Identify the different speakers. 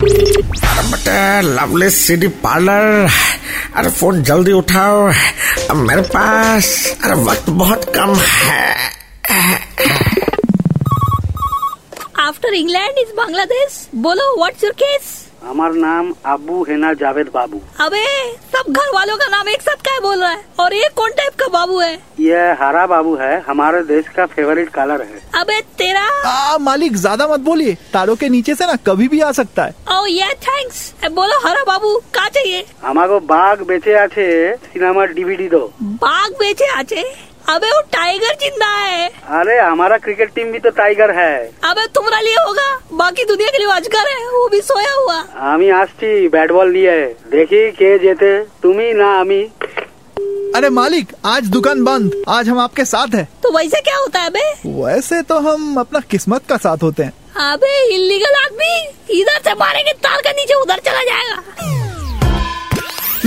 Speaker 1: अरे बटे lovely city parlour अरे फोन जल्दी उठाओ अब मेरे पास अरे वक्त बहुत कम है
Speaker 2: आफ्टर इंग्लैंड इज बांग्लादेश बोलो व्हाट्स योर केस
Speaker 3: हमारा नाम अबू है ना जावेद बाबू
Speaker 2: अबे सब घर वालों का नाम एक साथ क्या बोल रहा है और ये कौन टाइप का बाबू है
Speaker 3: यह हरा बाबू है हमारे देश का फेवरेट कलर है
Speaker 2: अबे तेरा
Speaker 4: आ, मालिक ज्यादा मत बोलिए तारों के नीचे से ना कभी भी आ सकता है
Speaker 2: ओ या थैंक्स बोलो हरा बाबू का चाहिए
Speaker 3: हमारे बाघ बेचे আছে সিনেমার ডিভিডি दो
Speaker 2: बाघ बेचे आचे अबे वो टाइगर जिंदा है
Speaker 3: अरे हमारा क्रिकेट टीम भी तो टाइगर है
Speaker 2: अबे तुम्हारा लिए होगा बाकी दुनिया के लिए अजगर है वो भी सोया हुआ
Speaker 3: আমি আসছি ব্যাট বল নিয়ে দেখি কে জেতে তুমি না আমি
Speaker 4: अरे मालिक आज दुकान बंद आज हम आपके साथ हैं
Speaker 2: तो वैसे क्या होता है बे
Speaker 4: वैसे तो हम अपना किस्मत का साथ होते हैं
Speaker 2: अबे इलीगल आदमी इधर से मारेंगे ताल का नीचे उधर चला जाएगा